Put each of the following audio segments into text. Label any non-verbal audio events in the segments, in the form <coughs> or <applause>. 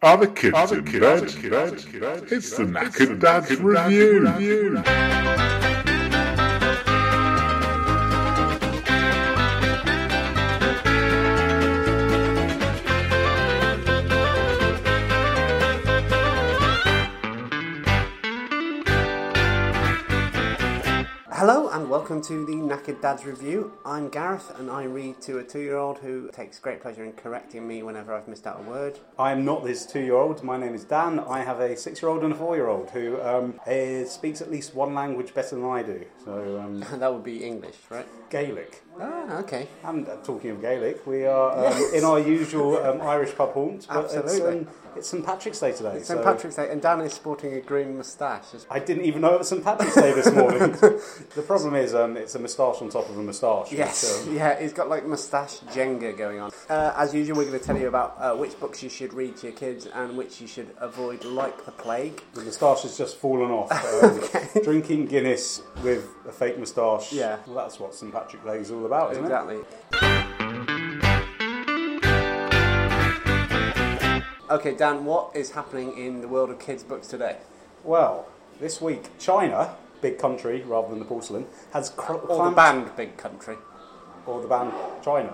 Are the kids Are the in kids bed? In bed? Kids, bed? It's the Knackered Dad's Review. review. Hello and welcome to the Knackered Dad's Review. I'm Gareth and I read to a two year old who takes great pleasure in correcting me whenever I've missed out a word. <laughs> I am not this two year old. My name is Dan. I have a six year old and a four year old who um, eh, speaks at least one language better than I do. So, um, that would be English, right? Gaelic. Ah, okay. And uh, talking of Gaelic, we are um, in our usual um, Irish pub haunt. But it's, Absolutely. um, it's St Patrick's Day today. St so- Patrick's Day and Dan is sporting a green moustache. I didn't even know it was St Patrick's Day this morning. the problem is, um, it's a moustache on top of a <laughs> moustache. Yes, It's, um, yeah, he's got like moustache Jenga going on. Uh, as usual, we're going to tell you about uh, which books you should read to your kids and which you should avoid like the plague. the moustache has just fallen off. <laughs> Um, Drinking Guinness with a fake moustache. Yeah. Well, that's what St Patrick's Day is all about, isn't it? Exactly. Okay, Dan, what is happening in the world of kids' books today? Well, this week, China, big country rather than the porcelain, has cr- Or the clamped- banned <laughs> big country. or the band China.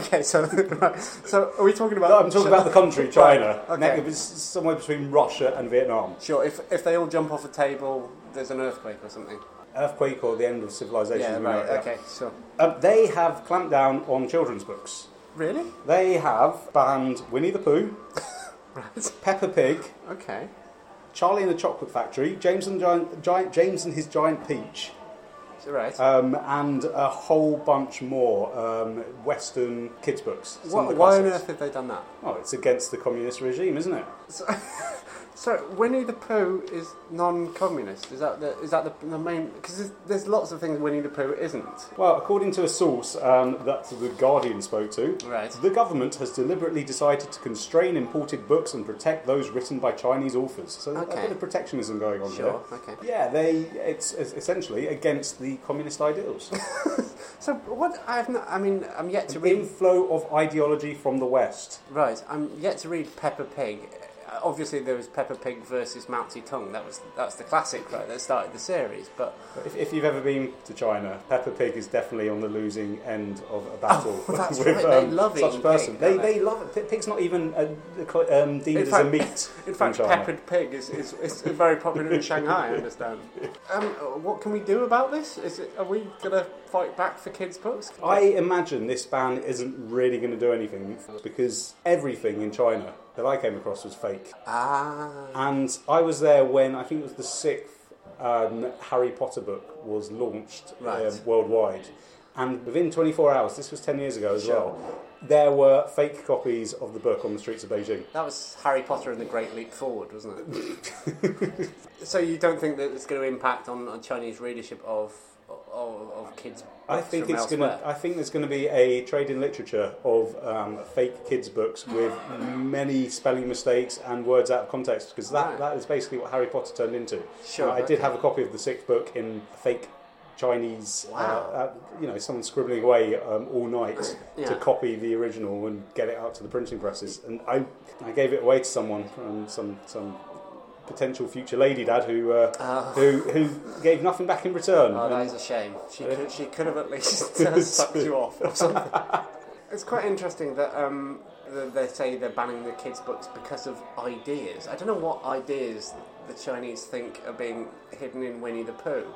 Okay, so <laughs> right, so are we talking about? No, I'm talking about the country China. Right, okay. Neck- it was somewhere between Russia and Vietnam. Sure, if if they all jump off a table, there's an earthquake or something. Earthquake or the end of civilization. Yeah, we right. know, yeah. Okay, sure. Um, they have clamped down on children's books. Really? They have banned Winnie the Pooh, Right. <laughs> Peppa Pig, Okay. Charlie and the Chocolate Factory, James and Giant, Giant James and his Giant Peach, So, right. um, and a whole bunch more um, Western kids books. Some of Why- the why on classics. earth have they done that? Oh, it's against the communist regime, isn't it? So, so Winnie the Pooh is non-communist. Is that the is that the, the main? Because there's, there's lots of things Winnie the Pooh isn't. Well, according to a source um, that the Guardian spoke to, Right. the government has deliberately decided to constrain imported books and protect those written by Chinese authors. So a Okay. bit of protectionism going on Sure. Okay. there. Yeah, they it's, it's essentially against the communist ideals. So what I've not, I mean I'm yet <laughs> to <laughs> read. Inflow of ideology from the West. Right. I'm yet to read Peppa Pig. Uh, Obviously, there was Peppa Pig versus Mounty Tongue. That was that's the classic right, that started the series. But If, if you've ever been to China, Peppa Pig is definitely on the losing end of a battle Oh, <laughs> that's <laughs> with right, they um, love such eating person. pig, they, don't they? they love it. Pig's not even uh, um, deemed In as fact- a meat. <laughs> in fact, China. peppered pig is, is, is very popular in Shanghai. I <laughs> understand. Um, what can we do about this? Is it, are we gonna fight back for kids' books? I imagine this ban isn't really going to do anything because everything in China that I came across was fake. Ah. And I was there when I think it was the sixth um, Harry Potter book was launched Right. um, worldwide. And within 24 hours, this was 10 years ago as well, there were fake copies of the book on the streets of Beijing. That was Harry Potter and the Great Leap Forward, wasn't it? <laughs> so you don't think that it's going to impact on, on Chinese readership of of, of kids? I books think from it's gonna. elsewhere? I think there's gonna be a trade in literature of um, fake kids' books with many spelling mistakes and words out of context because that, Right. that is basically what Harry Potter turned into. Sure, Uh, I did okay. have a copy of the sixth book in fake Chinese. Wow. Uh, uh, you know, someone scribbling away um, all night <clears throat> Yeah. to copy the original and get it out to the printing presses, and I I gave it away to someone, um, some some. Potential future lady dad who uh, who who gave nothing back in return. Ah. Oh, And- that is a shame. She could, she could have at least <laughs> uh, sucked you off or <laughs> something. it's quite interesting that um, that they say they're banning the kids' books because of ideas. I don't know what ideas the Chinese think are being hidden in Winnie the Pooh.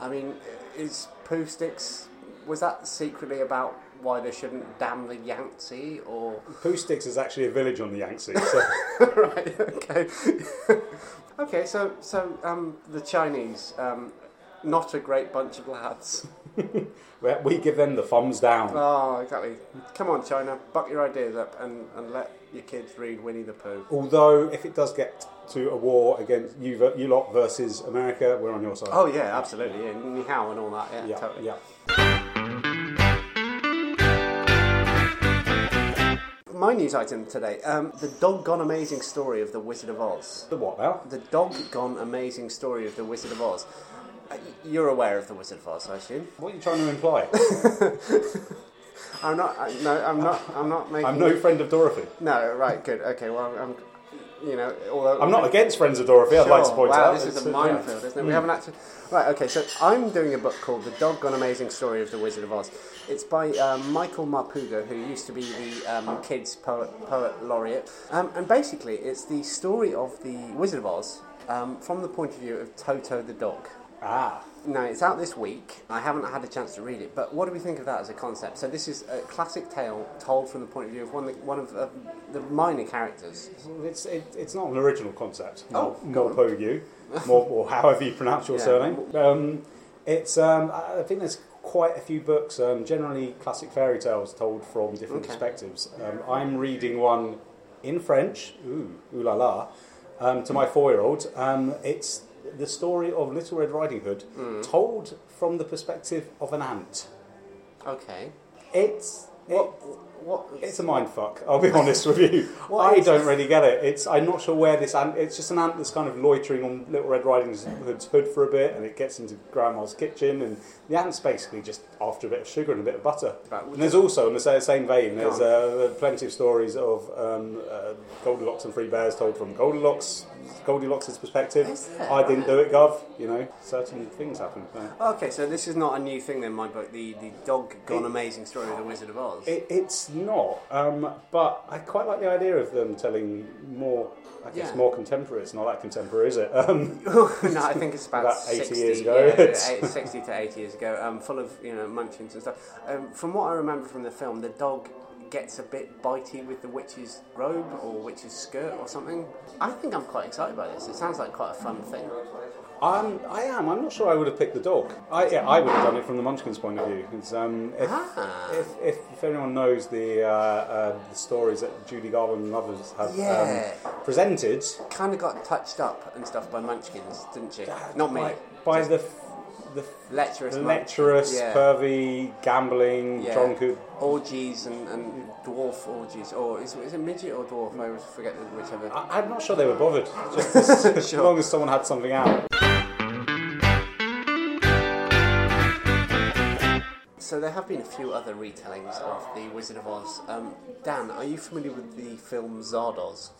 I mean, is poo sticks? Was that secretly about why they shouldn't dam the Yangtze or? <laughs> Poo Sticks is actually a village on the Yangtze. So <laughs> right. Okay. <laughs> okay. So, so um, the Chinese, um, not a great bunch of lads. we- we give them the thumbs down. Oh, exactly. Come on, China, buck your ideas up and, and let your kids read Winnie the Pooh. Although, if it does get to a war against you, ver- you lot versus America, we're on your side. Oh yeah, absolutely. Yeah, ni hao and all that. Yeah, yeah, totally. yeah. My news item today: um, the doggone amazing story of the Wizard of Oz. The what now? The doggone amazing story of the Wizard of Oz. Uh, You're aware of the Wizard of Oz, I assume. What are you trying to imply? I'm not. I, no, I'm not. I'm not making. I'm no friend of Dorothy. No, right, good. Okay, well, I'm, you know, although I'm not against Friends of Dorothy. I'd like to Sure. point wow, out. this It's- uh, mm. is a yeah. minefield, isn't it? We haven't actually. Right, okay, so I'm doing a book called The Doggone Amazing Story of the Wizard of Oz. It's by uh, Michael Marpugo, who used to be the um, kids' poet, poet laureate. Um, and basically, it's the story of the Wizard of Oz um, from the point of view of Toto the dog. Ah, No, it's out this week. I haven't had a chance to read it, but what do we think of that as a concept? So this is a classic tale told from the point of view of one of the, one of uh, the minor characters. Well, it's it, it's not an original concept. Oh, more go <laughs> Pogu, more or however you pronounce your Yeah. surname. Um, it's um, I I think there's quite a few books, um, generally classic fairy tales told from different Okay. perspectives. Um, I'm reading one in French. Ooh, ooh la la. Um, to my four-year-old, um, it's the story of Little Red Riding Hood, Hmm. told from the perspective of an ant. Okay. It's What? it- What? it's a mind fuck. I'll be <laughs> honest with you. What I is- don't really get it. It's I'm not sure where this ant. It's just an ant that's kind of loitering on Little Red Riding Hood's hood for a bit, and it gets into Grandma's kitchen, and the ant's basically just after a bit of sugar and a bit of butter. Right, we and there's also in the sa- same vein, there's Go uh, plenty of stories of um, uh, Goldilocks and Three Bears told from Goldilocks. Goldilocks' perspective. Is there? I didn't do it, Gov. You know, certain things happen. so. Okay, so this is not a new thing then, my book, the, the dog gone amazing story of the Wizard of Oz. It, it's not, um, but I quite like the idea of them telling more. I guess Yeah. more contemporary. It's not that contemporary, is it? Um, <laughs> <laughs> no, I think it's about, About 80 60, years ago. <laughs> yeah, eight- 60 to 80 years ago, um, full of you know munchkins and stuff. Um, from what I remember from the film, the dog gets a bit bitey with the witch's robe or witch's skirt or something. I think I'm quite excited by this. It sounds like quite a fun thing. I'm, I am. I'm not sure I would have picked the dog. I, yeah, I would have done it from the Munchkins' point of view. It's, um, if, Ah. if, if, if anyone knows the, uh, uh, the stories that Judy Garland and others have Yeah. um, presented, Kind of got touched up and stuff by munchkins, didn't she? Not me. by, by the f- the f- Lecherous munch- lecherous, yeah. pervy, gambling, Yeah. drunkard Orgies and, and dwarf orgies, or is, is it midget or dwarf? I always forget whichever. I, I'm not sure they were bothered. <laughs> Just as, as Sure. long as someone had something out. So there have been a few other retellings of The Wizard of Oz. Um, Dan, are you familiar with the film Zardoz?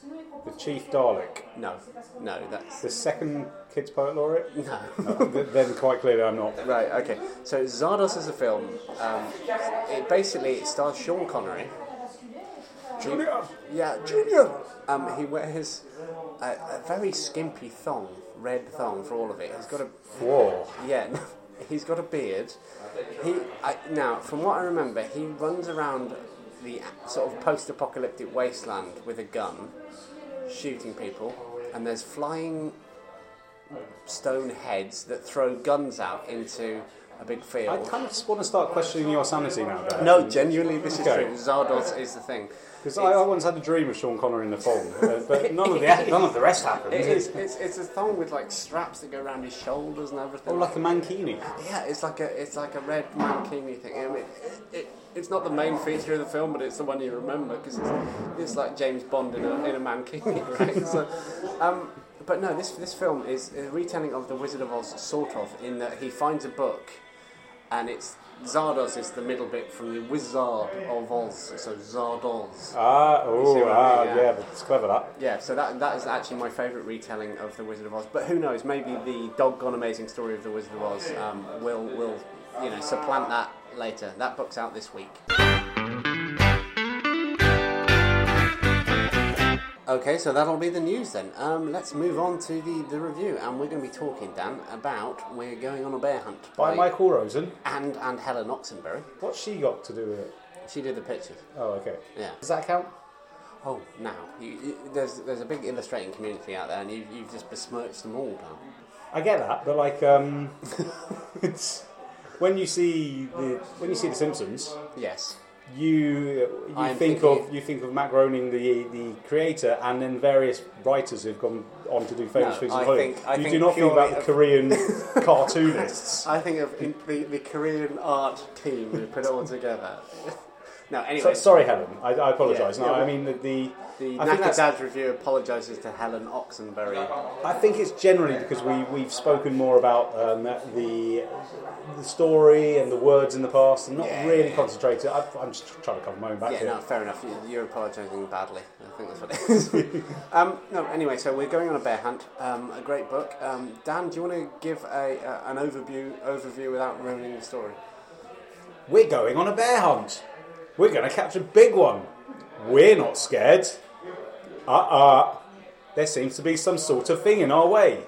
The Chief Dalek, No, no, that's <laughs> the second kids poet laureate. no. <laughs> <laughs> Th- then quite clearly, I'm not. right, okay. So Zardoz is a film. Um, it basically it stars Sean Connery. Junior, Yeah, Junior. Um, he wears a, a very skimpy thong, red thong for all of it. He's got a whoa! Yeah, <laughs> no, he's got a beard. He I, now, from what I remember, he runs around the sort of post-apocalyptic wasteland with a gun, shooting people, and there's flying stone heads that throw guns out into a big I field. kind of just want to start questioning your sanity now, Dan. No, genuinely, this is Okay. true. Zardos is the thing. because I, I once had a dream of Sean Connery in the phone, uh, <laughs> but none of the none of the rest happened. It is, it's, it's a thong with like straps that go around his shoulders and everything. Oh, like a mankini. Yeah, it's like a it's like a red mankini thing. I mean, it, it, it's not the main feature of the film, but it's the one you remember because it's, it's like James Bond in a, in a mankini, <laughs> right? so, um, but no, this this film is a retelling of the Wizard of Oz, sort of, in that he finds a book, and it's Zardoz is the middle bit from the Wizard of Oz, so Zardoz. Ah, see oh, what I ah, mean, yeah. yeah. but it's clever that. Yeah, so that that is actually my favourite retelling of the Wizard of Oz. But who knows? Maybe the doggone amazing story of the Wizard of Oz um, will will you know supplant that later. That book's out this week. Okay, so that'll be the news then. Um, let's move on to the, the review, and we're going to be talking, Dan, about We're Going on a Bear Hunt By Michael Rosen. and and Helen Oxenberry. What's she got to do with it? She did the pictures. Oh, okay. Yeah. Does that count? Oh, now you, you, there's there's a big illustrating community out there, and you, you've just besmirched them all, Dan. I get that, but like, um, <laughs> it's when you see the when you see the Simpsons, Yes. you you I'm think thinking- of you think of Matt Groening, the the creator, and then various writers who've gone on to do No, famous things. I in Hollywood. think- I you do think not think about the purely Korean <laughs> cartoonists. I think of in- the, the Korean art team who put it all together. <laughs> No, So, anyway, sorry, Helen. I, I apologise. Yeah, no, yeah, I mean the. the the I think that's- Nakadad's review apologises to Helen Oxenbury. I think it's generally because we, we've spoken more about um, the, the story and the words in the past and not Yeah. really concentrated. I, I'm just tr- trying to cover my own back Yeah, here. no, fair enough. You- You're apologising badly. I think that's what it <laughs> is. um, no, anyway, so we're going on a bear hunt. Um, a great book. Um, Dan, do you want to give a uh, an overview overview without ruining the story? We're going on a bear hunt. We're going to catch a big one. We're not scared. Uh uh. There seems to be some sort of thing in our way.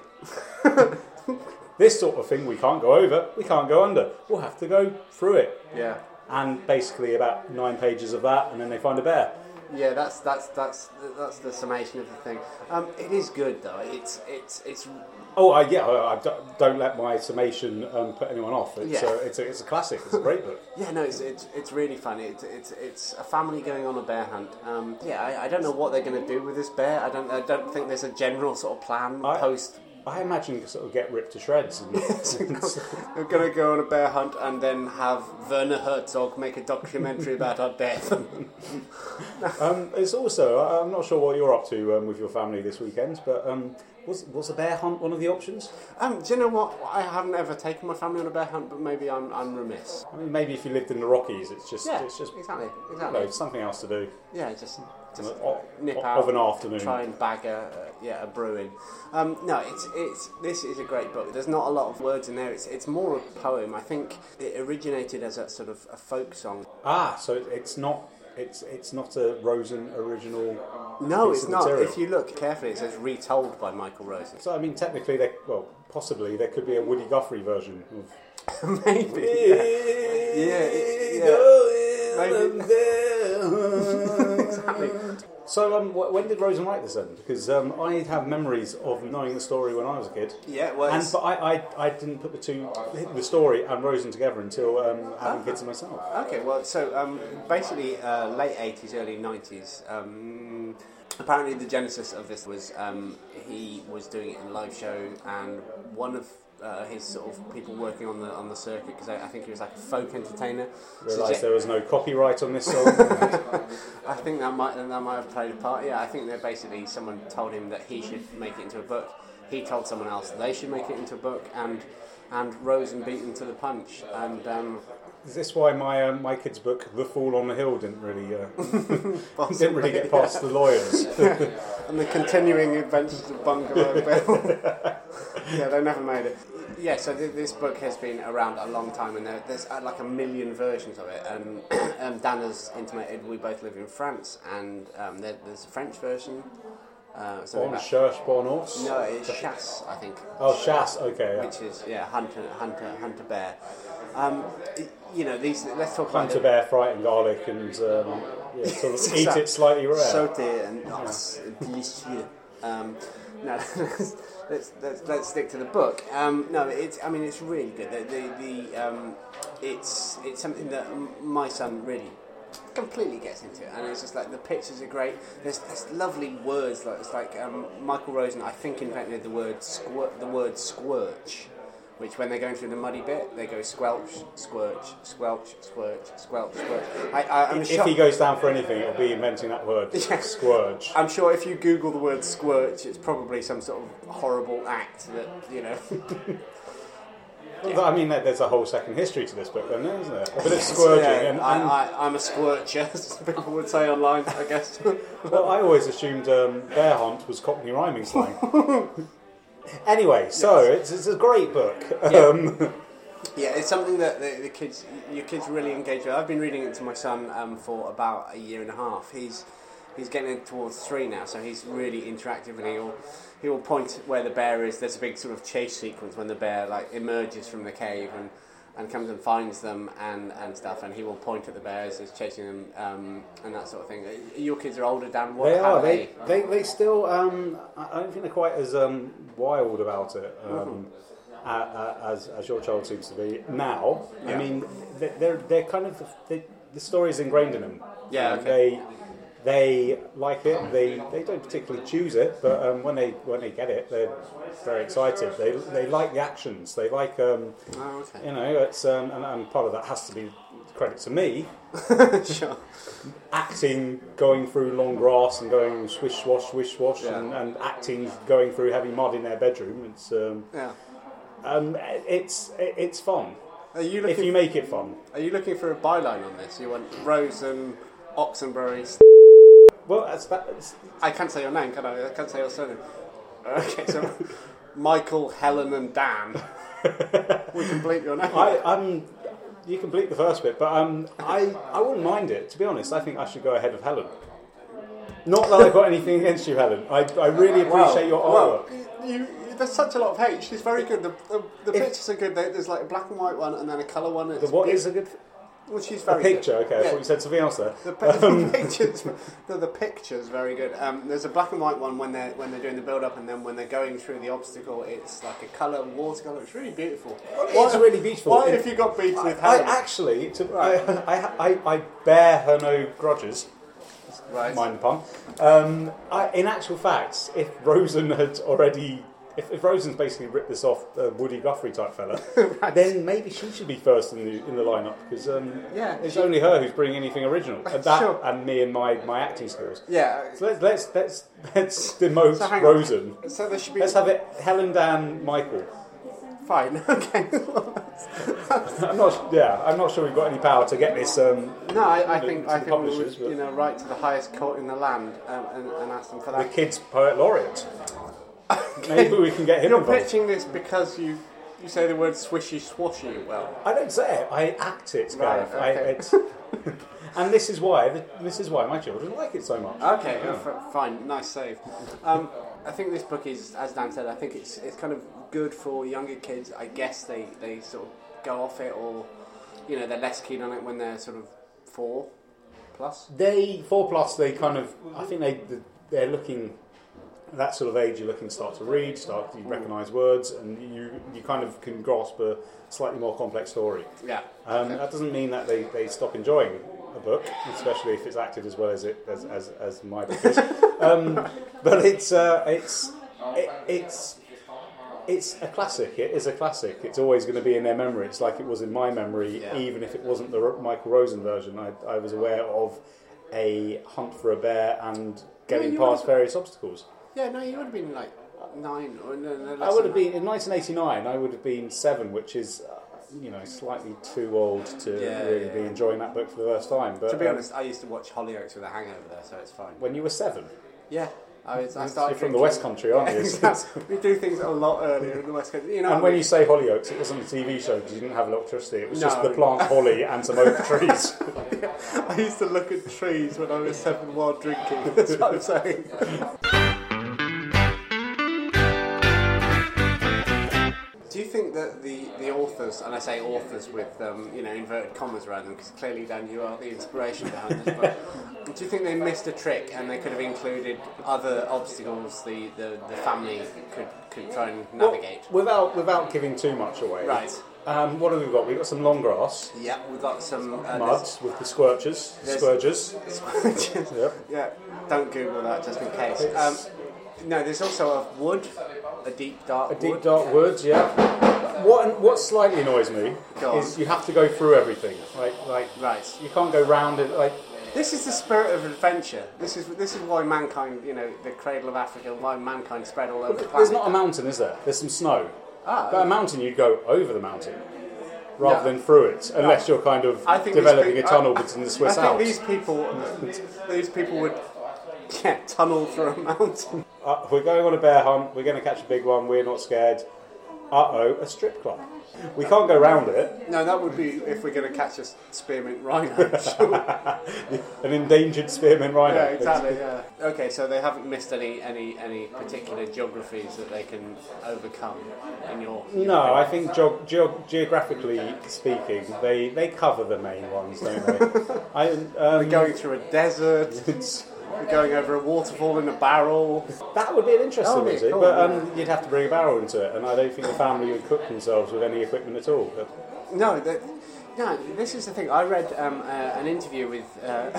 this sort of thing we can't go over, we can't go under. We'll have to go through it. Yeah, And basically, about nine pages of that, and then they find a bear. yeah. That's that's that's that's the summation of the thing. Um, it is good though. It's it's it's Oh, I, yeah, I, I don't- don't let my summation um, put anyone off. It's, Yeah. a, it's, a, it's a classic, it's a great book. yeah. No, it's it's, it's really fun. It's it's it's a family going on a bear hunt. Um, yeah, I, I don't know what they're going to do with this bear. I don't I don't think there's a general sort of plan I- <laughs> post <laughs> I imagine you sort of get ripped to shreds. And, We're gonna go on a bear hunt and then have Werner Herzog make a <laughs> documentary about our death. <laughs> Um, it's also, I- I'm not sure what you're up to um, with your family this weekend, but um, was, was a bear hunt one of the options? um, do you know what? I haven't ever taken my family on a bear hunt, but maybe I'm, I'm remiss. I mean, maybe if you lived in the Rockies, it's just, Yeah, it's just you exactly, exactly. know, something else to do Yeah, just just o- nip o- out of an afternoon. Try and bag a uh, yeah a brew in. Um, no, it's it's this is a great book. There's not a lot of words in there. It's it's more a poem. I think it originated as a sort of a folk song. Ah, so it- it's not, it's, it's not a Rosen original. No, piece it's of not. material. If you look carefully, it says retold by Michael Rosen. So, I mean, technically, there, well, possibly there could be a Woody Guthrie version of. <laughs> Maybe. Maybe. Exactly. So, um, wh- when did Rosen write this then? Because um, I have memories of knowing the story when I was a kid. Yeah, well, And it's- but I, I, I didn't put the two, the story and Rosen together until um, having kids myself. Okay, well, so um, basically, uh, late 80s, early 90s. Um, apparently, the genesis of this was um, he was doing it in a live show, and one of uh, his sort of people working on the on the circuit, because I, I think he was like a folk entertainer. Realised sugge- there was no copyright on <laughs> this song. I think that might that might have played a part. Yeah, I think that basically someone told him that he should make it into a book. He told someone else they should make it into a book, and and rose and beaten to the punch. And <laughs> um, Is this why my um, my kids' book, The Fall on the Hill, didn't really uh, didn't really get past the <laughs> lawyers? and the continuing adventures of Bungalow Bill. <laughs> yeah, they never made it. Yeah, so th- this book has been around a long time, and there, there's uh, like a million versions of it. Um, <coughs> um, Dan has intimated we both live in France, and um, there, there's a French version. Uh, something Bon about, cherche, bon os. no, it's Chasse, I think Oh, Shas. Okay. Yeah. which is yeah, hunter, hunter, hunter bear. Um, y- you know these. Let's talk about Hunter the- bear, fright, and garlic, and um, <laughs> yeah, sort of eat it slightly rare. Sauté and oh, it's délicieux. Um, no, <laughs> let's, let's, let's, let's stick to the book. Um, no, it's. I mean, it's really good. The, the, the um, it's it's something that m- my son really completely gets into, and it's just like the pictures are great. There's, there's lovely words like it's like um, Michael Rosen. I think invented the word squir- the word squirch. Which, when they're going through the muddy bit, they go squelch, squirch, squelch, squirch, squelch, squirch. I, I, I'm if shocked. he goes down for anything, it'll be inventing <laughs> that word, squurge. I'm sure if you Google the word squirch, it's probably some sort of horrible act that, you know. But, I mean, there- there's a whole second history to this book, then, isn't there? A bit of squurging, <laughs> Yeah, and, and I, I, I'm a squircher, <laughs> as people would say online, I guess. <laughs> well, I always assumed um, bear hunt was Cockney <laughs> rhyming slang. anyway, so it's, it's a great book. Um, yeah, it's something that the, the kids, your kids really engage with. I've been reading it to my son um, for about a year and a half. He's he's getting towards three now, so he's really interactive, and he'll he'll point where the bear is. There's a big sort of chase sequence when the bear like emerges from the cave and. And comes and finds them and, and stuff, and he will point at the bears as chasing them um, and that sort of thing. Your kids are older, Dan. What they how are. They, they, they still. Um, I I don't think they're quite as um, wild about it um, a- a- as, as your child seems to be now. Mm-hmm. I Yeah. mean, they- they're they're kind of they, the story is ingrained in them. Yeah, Um, okay. They they like it. They they don't particularly choose it, but um, when they when they get it, they're very excited. They they like the actions. They like. Um, Oh, okay. you know, it's um, and, and part of that has to be credit to me, <laughs> sure. acting going through long grass and going swish swash swish swash Yeah. and, and acting going through having mud in their bedroom. It's um, Yeah. um, it's it's fun Are you if looking? you make it fun. Are you looking for a byline on this? You want Rose and Oxenbury? St- Well, that's, that's I can't say your name, can I? I can't say your surname. Uh, Okay, <laughs> so Michael, Helen, and Dan. we can bleep your name. I, um, you can bleep the first bit, but um, I, I wouldn't mind it. To be honest, I think I should go ahead of Helen. Not that I've got anything against you, Helen. I, I really appreciate your Well, artwork. you, you- there's such a lot of hate. She's very good. The, the, the If- pictures are good. There- There's like a black and white one and then a colour one. It's the what big- is a good well, she's very good. picture? Um, Okay, I Yeah. thought you said something else there. The, pi- the pictures, the, the pictures, very good. Um, there's a black and white one when they're when they're doing the build up, and then when they're going through the obstacle, it's like a colour watercolour. It's really beautiful. it's really beautiful. Why It- have you got beef with I Helen? actually, to, Right. I, <laughs> I, I, I bear her no grudges. right. Mind the pun. Um, I, in actual fact, if Rosen had already, if, if Rosen's basically ripped this off, uh, Woody Guthrie type <laughs> fella, then maybe she should be first in the in the lineup because um, Yeah, it's she- only her who's bringing anything <laughs> original, and that Sure. and me and my, my acting skills. Yeah. So let's let's let's <laughs> let's demote So hang on. Rosen. So there should be Let's have it Helen, Dan, Michael. <laughs> fine. <laughs> Okay. I'm not. Yeah, I'm not sure we've got any power to get this. Um, no, I, I think to I think the we publishers, would but- you know write to the highest court in the land um, and, and ask them for the that. kids poet laureate. Maybe we can get him You're involved. pitching this because you you say the word swishy swashy well. I don't say it. I act it, Right, Gareth. I, okay. it's, <laughs> and this is why this is why my children like it so much. Okay, Yeah. f- fine, nice save. Um, I think this book is, as Dan said, I think it's it's kind of good for younger kids. I guess they, they sort of go off it, or you know they're less keen on it when they're sort of four plus. They four plus. They kind of. I think they they're looking at that sort of age. You're looking to start to read, start to recognise words, and you you kind of can grasp a slightly more complex story. Yeah, Um, that doesn't mean that they, they stop enjoying a book, especially if it's acted as well as it as, as, as my book <laughs> is. um, but it's uh, it's it, it's it's a classic. It is a classic. It's always going to be in their memory. It's like it was in my memory, Yeah. even if it wasn't the R- Michael Rosen version. I, I was aware of a hunt for a bear and getting you past would've- various obstacles. yeah. No, you would have been like nine or no, no less I would than have been in 1989. I would have been seven, which is, uh, you know, slightly too old to Yeah, really yeah, be yeah. enjoying that book for the first time. But that. To be um, honest, I used to watch Hollyoaks with a hangover there, so it's fine. when you were seven, Yeah, I, was, I you're started from the drinking- West Country, aren't you? <laughs> Exactly. we do things a lot earlier in the West Country. You know, And when you say Hollyoaks, it wasn't a TV show because you didn't have electricity. It was just No. the plant holly and some <laughs> oak trees. I used to look at trees when I was seven while drinking. <laughs> That's what I'm saying. Do you think that the, the authors, and I say authors with um, you know inverted commas around them, because clearly Dan, you are the inspiration behind this book. <laughs> Do you think they missed a trick and they could have included other obstacles the, the, the family could, could try and navigate? without without giving too much away. Right. Um, what have we got? We've got some long grass, yeah, we got some uh, muds with the squirches, There's- scourges. there's- Yep. <laughs> Yeah, don't Google that just in case. Um, no, there's also a wood, a deep dark Deep wood. dark woods, yeah. What what slightly annoys me Go on. is you have to go through everything. Like like Right. you can't go round it. Like This is the spirit of adventure. This is this is why mankind, you know, the cradle of Africa, why mankind spread all over the planet. there's not a mountain, is there? There's some snow. Ah. but a mountain you'd go over the mountain rather No. than through it, unless you're kind of I think these developing peo- a tunnel I- between the Swiss I think Alps. these people, these people would, yeah, tunnel through a mountain. <laughs> Uh, we're going on a bear hunt. We're going to catch a big one. We're not scared. Uh oh, a strip club. We can't go round it. No, that would be if we're going to catch a spearmint rhino. <laughs> Sure. An endangered spearmint rhino. Yeah, exactly. Yeah. Okay, so they haven't missed any any any particular geographies that they can overcome in your. No, I think geog- geog- geographically speaking, they, they cover the main ones, don't they? <laughs> I, um, Going through a desert, <laughs> it's- going over a waterfall in a barrel. that would be an interesting That would be visit, Oh, cool, but um, you'd have to bring a barrel into it, and I don't think the family would cook themselves with any equipment at all. But No, that, no. This is the thing. I read um, uh, <laughs> an interview with uh,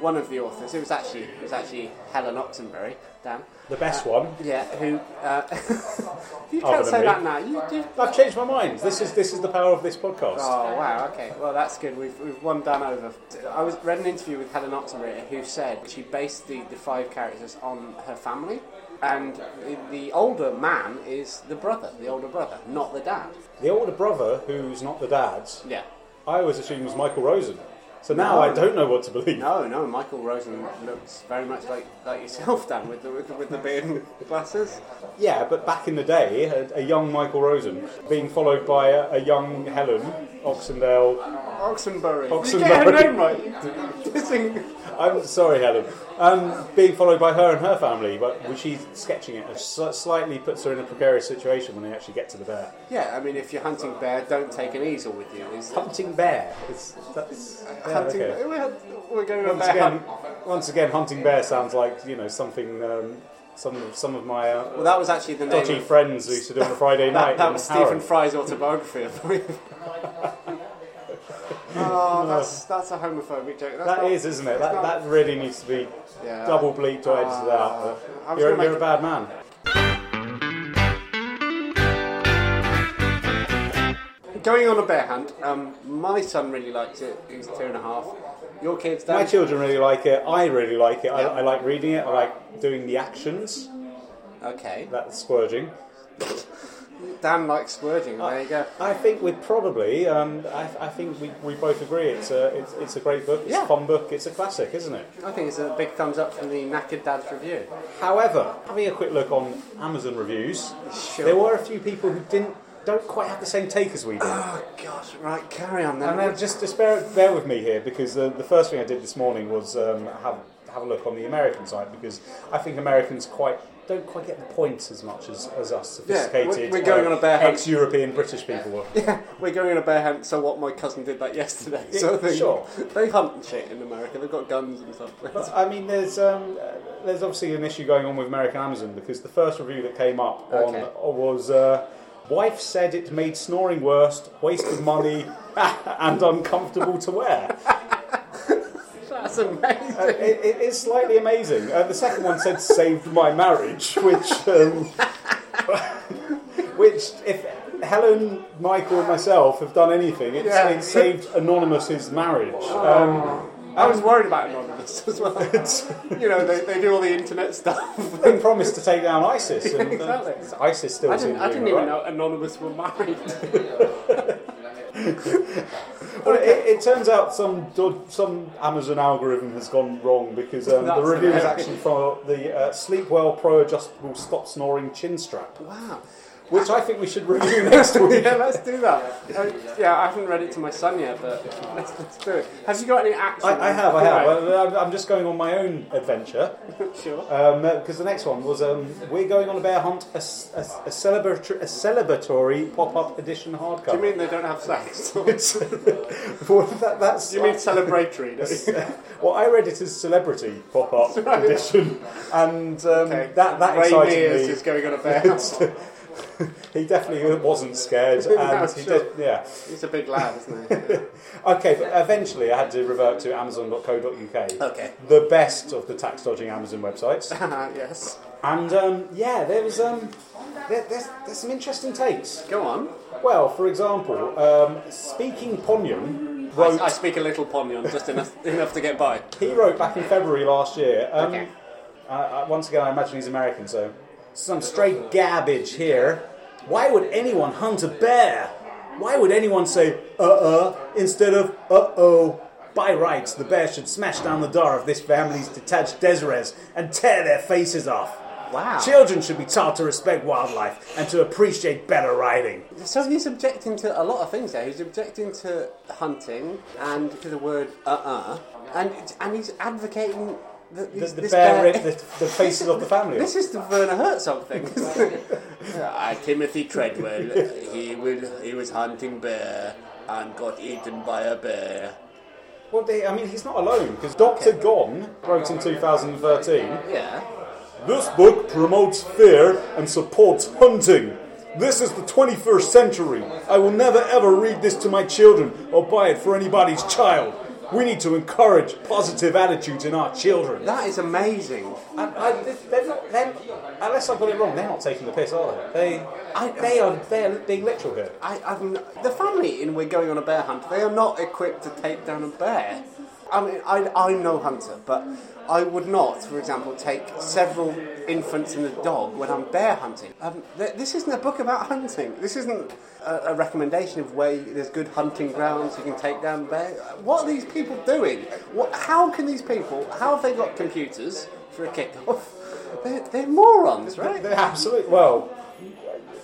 one of the authors. It was actually it was actually Helen Oxenbury. Damn. The best one. Yeah, who? Uh, <laughs> you Other can't than say me. that now. You, you, I've changed my mind. This is this is the power of this podcast. Oh wow! Okay, well that's good. We've we've one down over. I was read an interview with Helen Oxenbury who said she based the, the five characters on her family, and the, the older man is the brother, the older brother, not the dad. The older brother, who's not the dad, Yeah. I always assumed was Michael Rosen. So now I don't know what to believe. No, no. Michael Rosen looks very much like, like yourself, Dan, with the with the, with the beard and glasses. Yeah, but back in the day, a, a young Michael Rosen being followed by a, a young Helen Oxendale. Oxenbury. Did you Oxenbury. get her name right? This thing- I'm sorry, Helen. Um, being followed by her and her family, but she's sketching it. It sli- slightly puts her in a precarious situation when they actually get to the bear. yeah, I mean, if you're hunting bear, don't take an easel with you. Is Hunting bear. It's, that's, yeah, hunting okay. we're, we're going on Once bear again, hunt. once again, hunting bear sounds like you know something. Um, some some of my uh, Well, that was actually the name. dodgy of- friends who used to do on a Friday night. that, that in was Harrow. Stephen Fry's autobiography. I believe. oh, that's that's a homophobic joke. That's That not- is, isn't it? it's That, not- that really needs to be Yeah. Uh, double bleeped or edited out. I was You're, gonna you're a make- bad man. Going on a bear hunt. Um, my son really likes it. He's two and a half. Your kids, Dan? My children really like it. I really like it. I, I like reading it. I like doing the actions. Okay. That's squirging. Dan likes squirting. There you go. I think we probably. Um, I, I think we, we both agree. It's a it's, it's a great book. It's Yeah. a fun book. It's a classic, isn't it? I think it's a big thumbs up from the knackered dad's review. However, having a quick look on Amazon reviews, Sure. there were a few people who didn't don't quite have the same take as we did. Oh gosh, right. Carry on then. And then just, just bear, bear with me here because the, the first thing I did this morning was um, have, have a look on the American side because I think Americans quite don't quite get the point as much as, as us Yeah, we're- sophisticated uh, we're going on a bear hunt. ex-European British people were. Yeah, we're going on a bear hunt, so what my cousin did that yesterday. So Yeah, thing. sure. They hunt and shit in America, they've got guns and stuff. <laughs> But, I mean, there's um, uh, there's obviously an issue going on with American Amazon because the first review that came up on, Okay. was uh, wife said it made snoring worse, waste of money, <laughs> and uncomfortable to wear. That's amazing. Uh, It, it, it's slightly amazing. Uh, the second one said saved my marriage, which um, <laughs> which if Helen, Michael, and myself have done anything, it's, Yeah. it's saved Anonymous's marriage. Um, I was worried about Anonymous as well. <laughs> it's- you know, they, they do all the internet stuff. they promised to take down ISIS, and <laughs> uh, Exactly. ISIS still I didn't, seems to I be didn't right. even know Anonymous were married. Well, it, it turns out some dod- some Amazon algorithm has gone wrong because um, the That's review is amazing. actually from the uh, Sleep Well Pro Adjustable Stop Snoring Chin <laughs> Strap, wow. which I think we should review <laughs> next week. Yeah, let's do that. Uh, yeah, I haven't read it to my son yet, but let's, let's do it. Have you got any action? I, I have, I have. Right, I, I'm- I'm just going on my own adventure sure. because the next one was um, we're going on a bear hunt, a, s- a s- a celebratory, a celebratory pop-up edition hardcover. You mean they don't have sex? <laughs> Do <laughs> Well, that, that's you mean celebratory? uh, don't you? well, I read it as celebrity pop-up <laughs> right. edition, and um, Okay. <laughs> that that Ray excited Mears me. is going on a bear hunt. <laughs> he definitely wasn't scared, <laughs> and No, he sure. did, yeah. <laughs> He's a big lad, isn't <laughs> he? Okay, but eventually I had to revert to Amazon.co.uk. Okay. The best of the tax dodging Amazon websites. Ah, yes. And um, yeah, there was um, there, there's, there's some interesting takes. Go on. Well, for example, um, speaking Ponyon wrote I, I speak a little Ponyon, just enough, enough to get by. he wrote back in February last year. Um, Okay. I, I, once again, I imagine he's American, so some straight garbage here. Why would anyone hunt a bear? Why would anyone say uh uh instead of uh oh? By rights, the bear should smash down the door of this family's detached Deseres and tear their faces off. Wow. Children should be taught to respect wildlife and to appreciate better riding. So he's objecting to a lot of things there. He's objecting to hunting and to the word uh-uh. And, it's- and he's advocating that The, these, the this bear bear... ripped <laughs> the, the faces of the family. This is the Werner Herzog <laughs> thing. isn't it? Ah, Timothy Treadwell, he, will, he was hunting bear and got eaten by a bear. Well, they, I mean, he's not alone because Doctor Gon wrote in 2013. Yeah. This book promotes fear and supports hunting. This is the 21st century. I will never ever read this to my children or buy it for anybody's child. We need to encourage positive attitudes in our children. That is amazing. And I, they're not, they're, unless I got it wrong, they're not taking the piss, are they? They, I, they are they're being literal here. I, I've, n- the family in We're Going on a Bear Hunt, they are not equipped to take down a bear. I mean, I, I'm no hunter, but I would not, for example, take several infants and a dog when I'm bear hunting. Um, th- this isn't a book about hunting. This isn't a, a recommendation of where you, there's good hunting grounds you can take down bear. What are these people doing? What, how can these people, how have they got computers for a kickoff? They're, they're morons, right? They're absolutely well.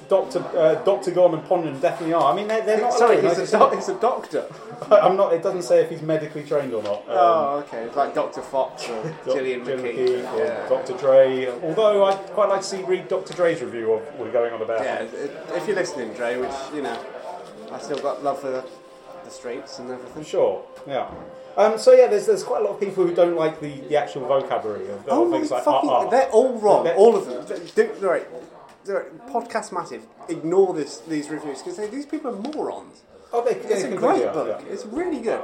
Doctor uh, Doctor Gorman Pondon definitely are. I mean, they're, they're not. Sorry, alone, he's like a, I doc- <laughs> said. he's a doctor. I'm not. It doesn't say if he's medically trained or not. Um, Oh, okay. Like Dr. Fox or <laughs> Doc- Gillian Jim McKee. McKee or Yeah. Dr. Dre. Although I'd quite like to see read Dr. Dre's review of We're Going on About. Yeah, i- if you're listening, Dre, which, you know, I still got love for the, the streets and everything. Sure. Yeah. Um, so yeah, there's, there's quite a lot of people who don't like the, the actual vocabulary of, of Oh my things like fucking. uh-uh. They're all wrong, They're- all of them. Do, all right, all right, Podcast Massive, ignore this, these reviews because these people are morons. Oh, they, It's they a completely great are, book. yeah. It's really good.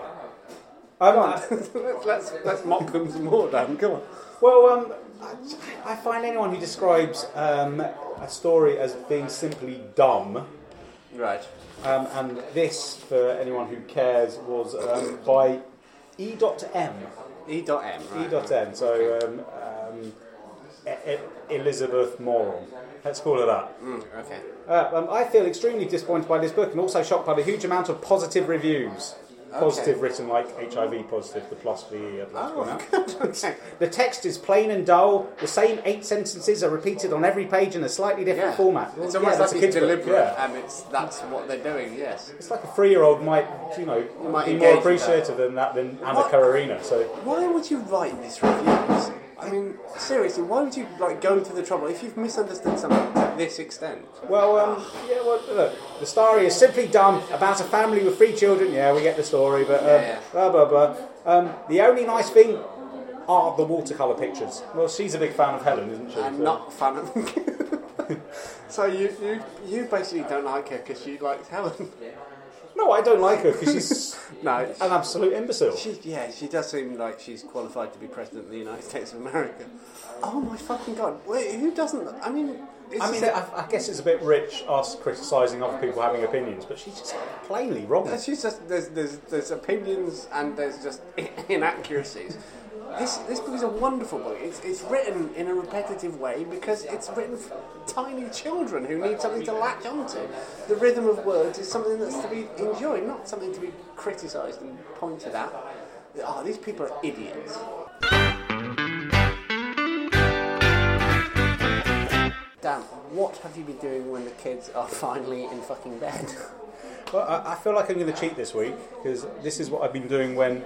Um, <laughs> let's, let's, let's mock them some more, Dan. Come on. Well, um, I, I find anyone who describes um, a story as being simply dumb, Right. um, and this, for anyone who cares, was um, by E E.M. E.M. E Right. E.M. E So um, um, E- E- Elizabeth Moron. Let's call her that. Mm, okay. Uh, um, I feel extremely disappointed by this book and also shocked by the huge amount of positive reviews. Positive written like HIV positive, the plus V. uh, Oh, <laughs> plus one out. <laughs> okay. The text is plain and dull. The same eight sentences are repeated on every page in a slightly different Yeah. format. It's Yeah, almost that's like a it's kid's book, deliberate, yeah. and it's that's what they're doing. Yes. It's like a three-year-old might, you know, Might be engage more with appreciative than that than Anna What? Karenina. So Why would you write this reviews? I mean, seriously, why would you like go to the trouble if you've misunderstood something to this extent? Well, um, yeah, well, look, the story is simply dumb about a family with three children. Yeah, we get the story, but um, Yeah. blah blah blah. Um, the only nice thing are the watercolor pictures. Well, she's a big fan of Helen, isn't she? I'm So- not a fan of. <laughs> so you, you you basically don't like her because she likes Helen. No, I don't like her because she's <laughs> no, uh, an absolute imbecile. she, yeah, she does seem like she's qualified to be president of the United States of America. Oh my fucking god! Wait, who doesn't? I mean, it's I mean, just- I, I guess it's a bit rich us criticising other people having opinions, but she's just plainly wrong. It's just, just there's, there's, there's opinions and there's just <laughs> inaccuracies. This, this book is a wonderful book. It's, it's written in a repetitive way because it's written for tiny children who need something to latch onto. The rhythm of words is something that's to be enjoyed, not something to be criticised and pointed at. Oh, these people are idiots. Dan, what have you been doing when the kids are <laughs> finally in fucking bed? Well, I, I feel like I'm going to cheat this week because this is what I've been doing when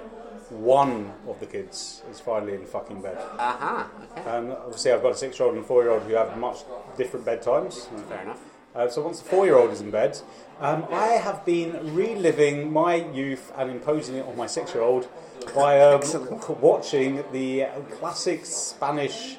one of the kids is finally in fucking bed. Aha, okay. Um, obviously, I've got a six-year-old and a four-year-old who have much different bedtimes. Fair enough. Uh, so once the four-year-old is in bed, um, I have been reliving my youth and imposing it on my six-year-old by um, Excellent. watching the classic Spanish,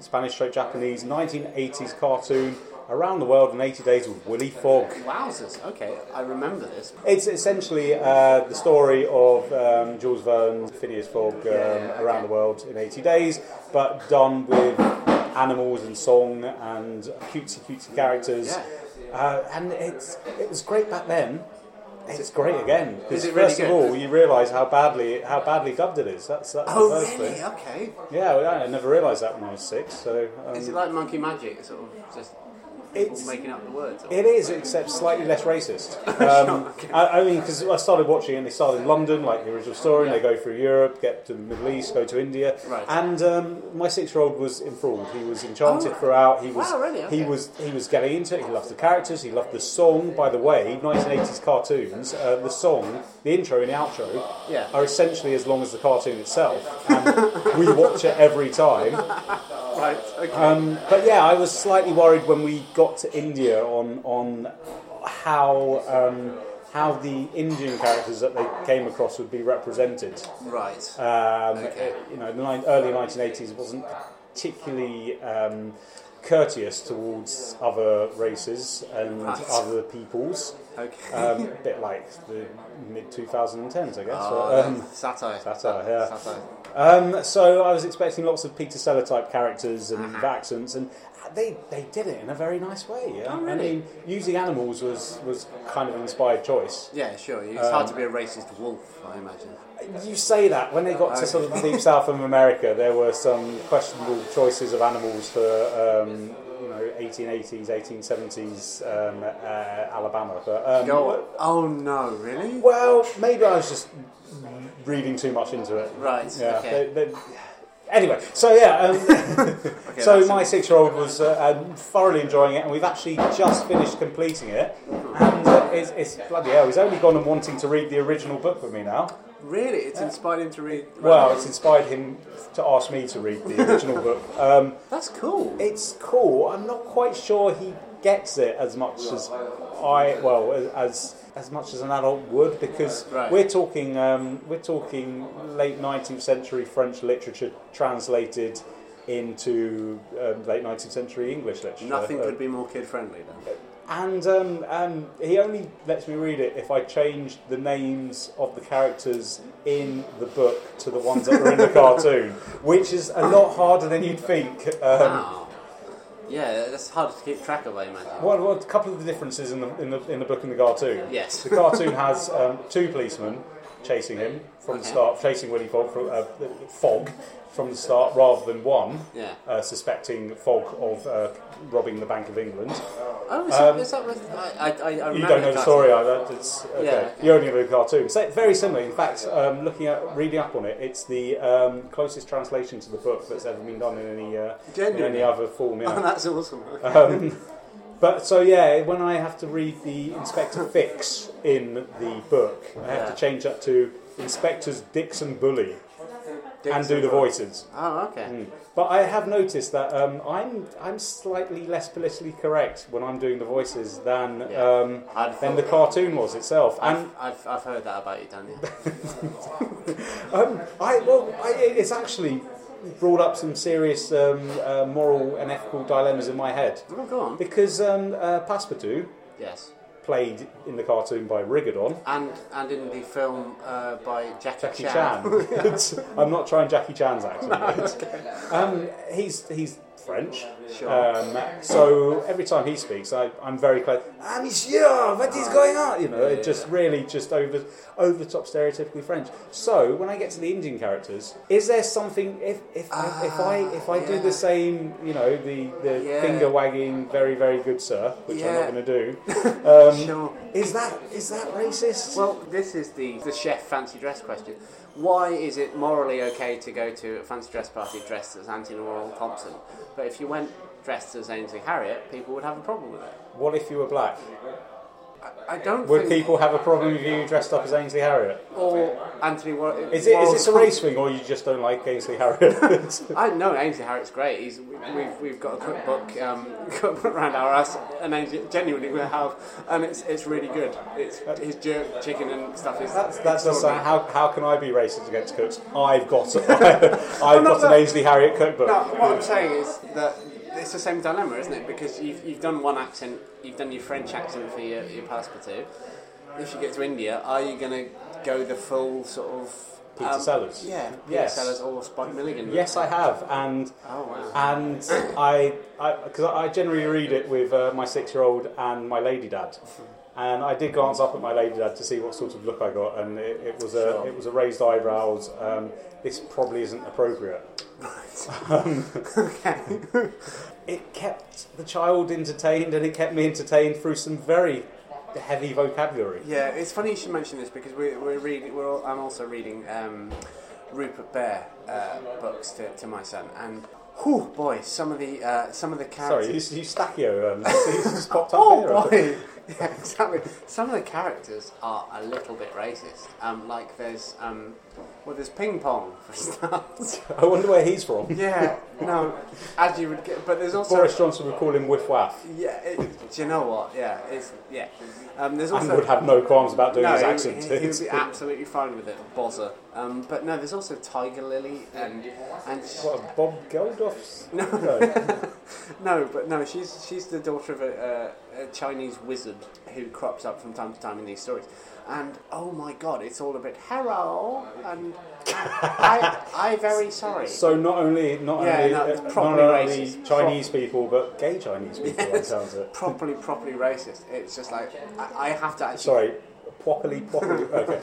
Spanish straight Japanese 1980s cartoon Around the World in 80 Days with Willy Fogg. Wowzers. Okay, I remember this. It's essentially uh, the story of um, Jules Verne, Phineas Fogg, um, yeah, around okay. the world in 80 days, but done with animals and song and cutesy cutesy characters. Uh, and it's it was great back then. It's great again. 'Cause Is it really first of good? all, you realise how badly how badly dubbed it is. That's that's Oh, the first really? thing. Okay. Yeah, well, I never realised that when I was six. So um, Is it like monkey magic, sort of just Oh It's- making up the words? Or? It is, except slightly less racist. Um, I, I mean, because I started watching it, and they start in London, like the original story, and they go through Europe, get to the Middle East, go to India, Right. and um, my six-year-old was enthralled. He was enchanted Oh. throughout. He was, Wow, really? he Okay. was, he was getting into it. He loved the characters. He loved the song. By the way, 1980s cartoons, uh, the song, the intro and the outro, Yeah. are essentially as long as the cartoon itself, and we watch it every time. Right, okay. Um, but yeah, I was slightly worried when we got to India on on how um, how the Indian characters that they came across would be represented. right. Um, Okay. You know, the nine, early 1980s wasn't particularly um, courteous towards other races and Right. <laughs> other peoples. Okay. Um, a bit like the mid 2010s, I guess. Oh, um, satire. satire, yeah. Satire. Um, so I was expecting lots of Peter Seller type characters and Uh-huh. accents, and they, they did it in a very nice way. Yeah? Oh, really? I mean, using animals was, was kind of an inspired choice. Yeah, sure. It's Um, hard to be a racist wolf, I imagine. You say that when they got Uh, to sort of <laughs> the deep south of America, there were some questionable choices of animals for um, you know 1880s, 1870s um, uh, Alabama. But, um, Go on. Oh no, really? Well, maybe I was just reading too much into it. Right, Yeah. okay. they- they- anyway, so yeah. <laughs> Um, <laughs> Okay, so that's my it. six-year-old was uh, um, thoroughly enjoying it, and we've actually just finished completing it. And uh, it's, it's bloody hell. He's only gone and wanting to read the original book with me now. really, it's inspired him to read. Well, it's inspired him to ask me to read the original book. Um, that's cool. it's cool. I'm not quite sure he gets it as much as I well as as much as an adult would because Right. we're talking um, we're talking late 19th century French literature translated into um, late 19th century English literature. Nothing Uh, could be more kid friendly then. and um, um, he only lets me read it if I change the names of the characters in the book to the ones that were <laughs> in the cartoon, which is a lot harder than you'd think. Um, Wow. Oh. Yeah, that's hard to keep track of, I imagine. Well, well, a couple of the differences in the, in the, in the book and the cartoon. Yes. The cartoon has um, two policemen chasing him from the Okay. start, chasing Willy Fogg from, uh, Fogg from the start rather than one, Yeah. uh, suspecting Fogg of uh, robbing the Bank of England. Oh, is, that, is that with. I, I, I remember Um, You don't know the that. story either. It's, okay. Yeah, okay. You only know the cartoon. So, very similar. In fact, um, looking at reading up on it, it's the um, closest translation to the book that's ever been done in any, uh, in Genuinely? any other form. Yeah. Oh, <laughs> that's awesome. Uh, Okay. But so yeah, when I have to read the Inspector Fix in the book, I have Yeah. to change that to Inspectors Dixon Bully and do the Mm. voices. Oh, okay. But I have noticed that um, I'm I'm slightly less politically correct when I'm doing the voices than Yeah. um, I'd than the cartoon was itself. And I've, I've heard that about you, <laughs> Daniel. um, I well, I, it's actually brought up some serious um, uh, moral and ethical dilemmas in my head oh, go on. because um, uh, Passepartout, Yes. played in the cartoon by Rigodon. And and in the film uh, by Jackie, Jackie <laughs> Chan. I'm not trying Jackie Chan's accent. um, he's he's French. Sure. Um, so every time he speaks, I, I'm very close. Ah, monsieur, what is going on? You know, it just really just over over the top stereotypically French. So when I get to the Indian characters, is there something if if, if I if I do Ah, yeah. the same, you know, the the Yeah. finger wagging, very very good sir, which I'm Yeah. not going <laughs> to do. Um, Sure. Is that is that racist? Well, this is the, the chef fancy dress question. Why is it morally okay to go to a fancy dress party dressed as Anthony Warhol Thompson? But if you went dressed as Ainsley Harriott, people would have a problem with it. what if you were black? I don't Would think. people have a problem with you dressed up as Ainsley Harriott? Or Anthony Warhol. Is it is this a race thing, or you just don't like Ainsley Harriott? <laughs> I know Ainsley Harriott's great. He's, we- we've, we've got a cookbook um, <laughs> cookbook around our house, and Ainsley, genuinely we have, and it's, it's really good. It's his jerk chicken and stuff is That's, that's just extraordinary. like, how, how can I be racist against cooks? I've <laughs> got a, I've not got an that- Ainsley Harriott cookbook. No, what I'm saying is that it's the same dilemma, isn't it? Because you've, you've done one accent, you've done your French accent for your, your passepartout. If you get to India, are you going to go the full sort of. um, Peter Sellers. Yeah, Peter Yes. Sellers or Spike Milligan. Yes, I have, and Oh, wow. and I because I, generally read it with uh, my six-year-old and my lady dad, and I did glance up at my lady dad to see what sort of look I got, and it, it was a Sure. it was a raised eyebrows. Um, this probably isn't appropriate. <laughs> okay. it kept the child entertained and it kept me entertained through some very heavy vocabulary. yeah, it's funny you should mention this because we're, we're reading, we're all, I'm also reading um, Rupert Bear uh, books to, to my son, and whew, boy, some of the, uh, some of the characters. Sorry, he's Eustachio. <laughs> Um, he's just popped up here. Oh boy! <laughs> yeah, exactly. Some of the characters are a little bit racist. Um, like there's um, well, there's ping pong for <laughs> starts. I wonder where he's from. yeah, no, as you would get, but there's also Boris Johnson would call him Whiff Waff yeah. It, do you know what? Yeah, it's yeah. Um, there's and also would have no qualms about doing no, his he- accent. He, he would be absolutely fine with it, bozzer. Um, but no, there's also Tiger Lily and and What, a Bob Geldof? Hufflepuffs? No. No. No, but no, she's she's the daughter of a, a, a Chinese wizard who crops up from time to time in these stories. And oh my god, it's all a bit hello and I I very sorry. So not only not Yeah, only no, uh, it's not properly only racist. Chinese people, but gay Chinese people. by the Yes. sounds of it. properly, properly racist. It's just like I, I have to actually. Sorry, properly, properly. <laughs> Okay.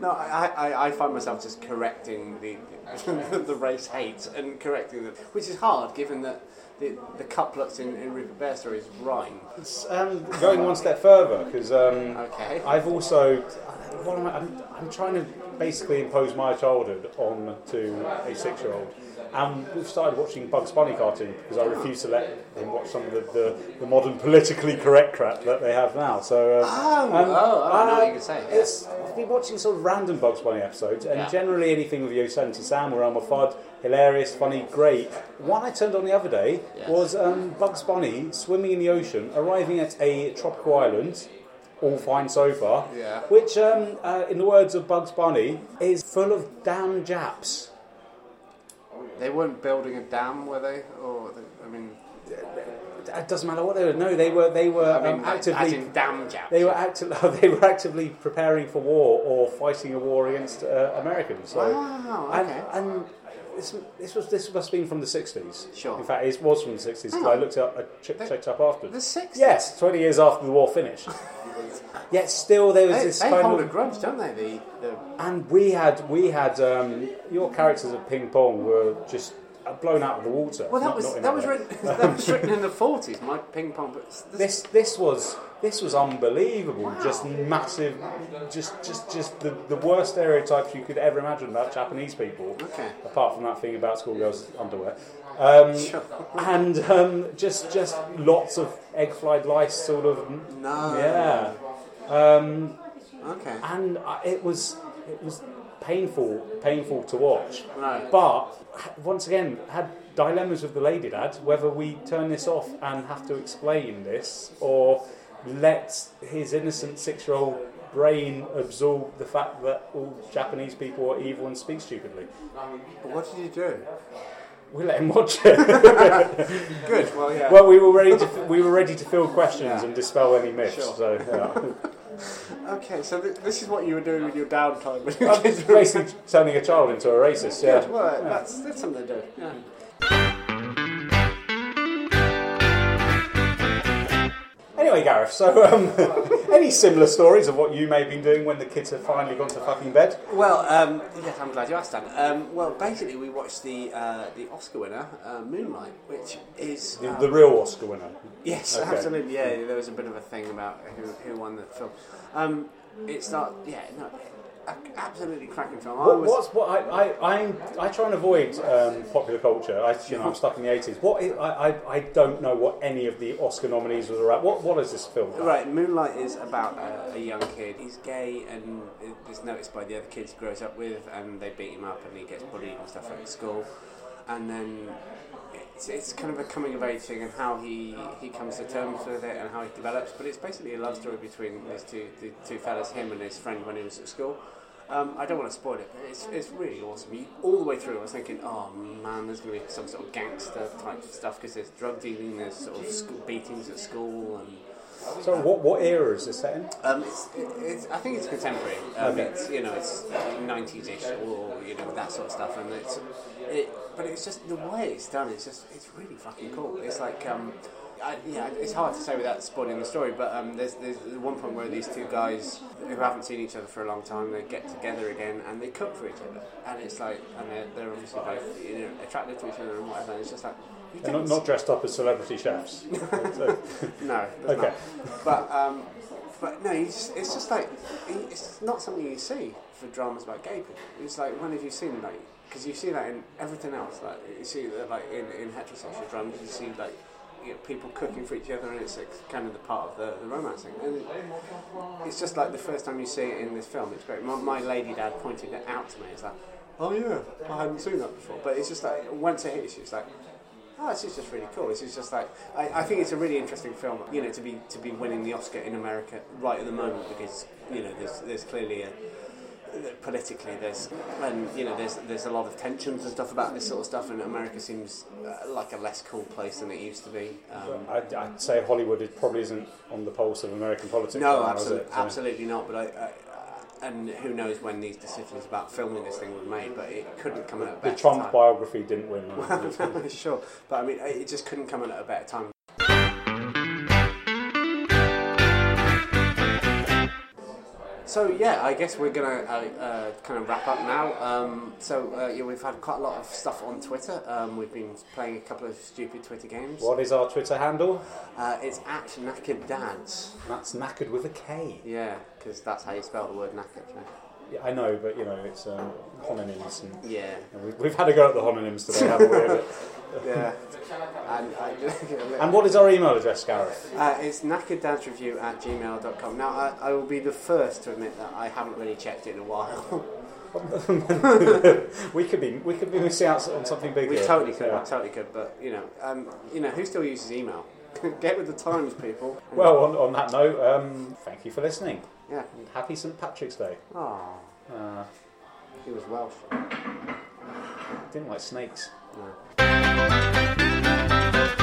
No, I, I, I find myself just correcting the <laughs> the race hate and correcting them, which is hard given that the, the couplets in, in Rupert Bear stories rhyme. S- Um, going one step further, because um, Okay. I've also what am I, I'm, I'm trying to basically impose my childhood on to a six-year-old, and we've started watching Bugs Bunny cartoon because I refuse to let him watch some of the, the, the modern politically correct crap that they have now. So uh, Oh, oh, I know what you're saying, yeah. It's, I've been watching sort of random Bugs Bunny episodes, and Yeah. generally anything with Yosemite Sam or Elmer Fudd, hilarious, funny, great. One I turned on the other day Yes. was um, Bugs Bunny swimming in the ocean, arriving at a tropical island. All fine so far. Yeah. Which, um, uh, in the words of Bugs Bunny, is full of damn Japs. They weren't building a dam, were they? Or they, I mean, It doesn't matter what they were. No, they were they were I mean um, like, as actively in dam jabs. they were <laughs> actively they were actively preparing for war or fighting a war against uh, Americans. So Wow, okay. and, and this, this was this must have been from the sixties. Sure. In fact, it was from the sixties. Hang I on. looked it up. I checked, checked up afterwards. The 60s? Yes, twenty years after the war <laughs> finished. Yet still there was They, this they kind hold of a grudge, don't they? The, the and we had we had um, your characters of ping pong were just blown out of the water. well, that Not- not was in that was way. written <laughs> that was written in the forties. My ping pong. But s- this, This this was this was unbelievable. Wow. Just massive, just just just the, the worst stereotypes you could ever imagine about Japanese people. Okay. Apart from that thing about schoolgirls' underwear, um, Sure. and um, just just lots of egg-fried lice, sort of. No. Yeah. Um, Okay. and I- it was it was painful painful to watch Right. but h- once again had dilemmas with the lady lad whether we turn this off and have to explain this or let his innocent six-year-old brain absorb the fact that all japanese people are evil and speak stupidly But what did you do? we let him <laughs> watch <laughs> it Good. Well, yeah. well we were ready to we were ready to field questions Yeah. and dispel any myths Sure. so <laughs> yeah. okay. So th- this is what you were doing with your <laughs> downtime. when you I'm kids just were- basically turning a child into a racist yeah Good. Well, that's that's something to do. Yeah. Anyway, Gareth, so um, <laughs> any similar stories of what you may have been doing when the kids have finally gone to fucking bed? Well, um, yes, I'm glad you asked that. Um, well, basically, we watched the uh, the Oscar winner, uh, Moonlight, which is The, um, the real Oscar winner. Yes, Okay. absolutely. Yeah, there was a bit of a thing about who, who won the film. Um, it's not. Yeah, no, a- absolutely cracking film. I What, was. what's what I, I, I'm, I try and avoid um, popular culture. I, you know, I'm stuck in the 80s. What is, I, I, I don't know what any of the Oscar nominees was about. What, what is this film? about? Right, Moonlight is about a, a young kid. He's gay and is noticed by the other kids he grows up with, and they beat him up, and he gets bullied and stuff at school. And then it's, it's kind of a coming of age thing, and how he, he comes to terms with it, and how he develops. But it's basically a love story between these two the two fellas, him and his friend when he was at school. Um, I don't want to spoil it, but it's, it's really awesome. You, all the way through, I was thinking, oh man, there's going to be some sort of gangster type stuff because there's drug dealing, there's sort of school beatings at school, and So, what, what era is this set in? um, it's, it's, I think it's contemporary. Um, Okay. It's you know it's nineties ish or you know that sort of stuff, and it's it, but it's just the way it's done. It's just it's really fucking cool. It's like um, I, yeah, it's hard to say without spoiling the story, but um, there's there's one point where these two guys who haven't seen each other for a long time they get together again and they cook for each other, and it's like and they're, they're obviously both you know attracted to each other and whatever. And it's just like you They're not, not dressed up as celebrity <laughs> chefs. no, there's Okay. not. But um, but no, you just, it's just like it's not something you see for dramas about gay people. It's like when have you seen like because you see that in everything else. Like you see that like in, in heterosexual dramas, you see like you know, people cooking for each other, and it's like, kind of the part of the, the romance thing. And it's just like the first time you see it in this film. It's great. My, my lady dad pointed it out to me. It's like, oh yeah, I hadn't seen that before. But it's just like once it hits you, it's like, oh, this is just really cool. This is just like I, I think it's a really interesting film. You know, to be to be winning the Oscar in America right at the moment because you know there's there's clearly a politically there's and you know there's there's a lot of tensions and stuff about this sort of stuff and America seems uh, like a less cool place than it used to be um, I'd, I'd say Hollywood it probably isn't on the pulse of American politics. no right now, is absolutely, it? So- absolutely not but I, I and who knows when these decisions about filming this thing were made but it couldn't come out The Trump biography didn't <laughs> win. right? sure but I mean it just couldn't come out at a better time So yeah, I guess we're gonna uh, uh, kind of wrap up now. Um, so uh, yeah, we've had quite a lot of stuff on Twitter. Um, we've been playing a couple of stupid Twitter games. What is our Twitter handle? Uh, it's at knackered dads. That's knackered with a K. Yeah, because that's how you spell the word knackered. Right? Yeah, I know, but you know it's um, homonyms. And, Yeah, and we, we've had a go at the homonyms today, <laughs> haven't we? yeah. and <laughs> I, and what is our email address, Gareth? uh, it's knackereddadsreview at gmail.com. Now I, I will be the first to admit that I haven't really checked it in a while. <laughs> We could be we could be missing out on something big. we here. totally could, Yeah. we totally could, but you know, um, you know, who still uses email? <laughs> Get with the times, people. Well, on, on that note, um, thank you for listening. yeah. Happy St Patrick's Day. Oh, Uh, he was Welsh. didn't like snakes. No.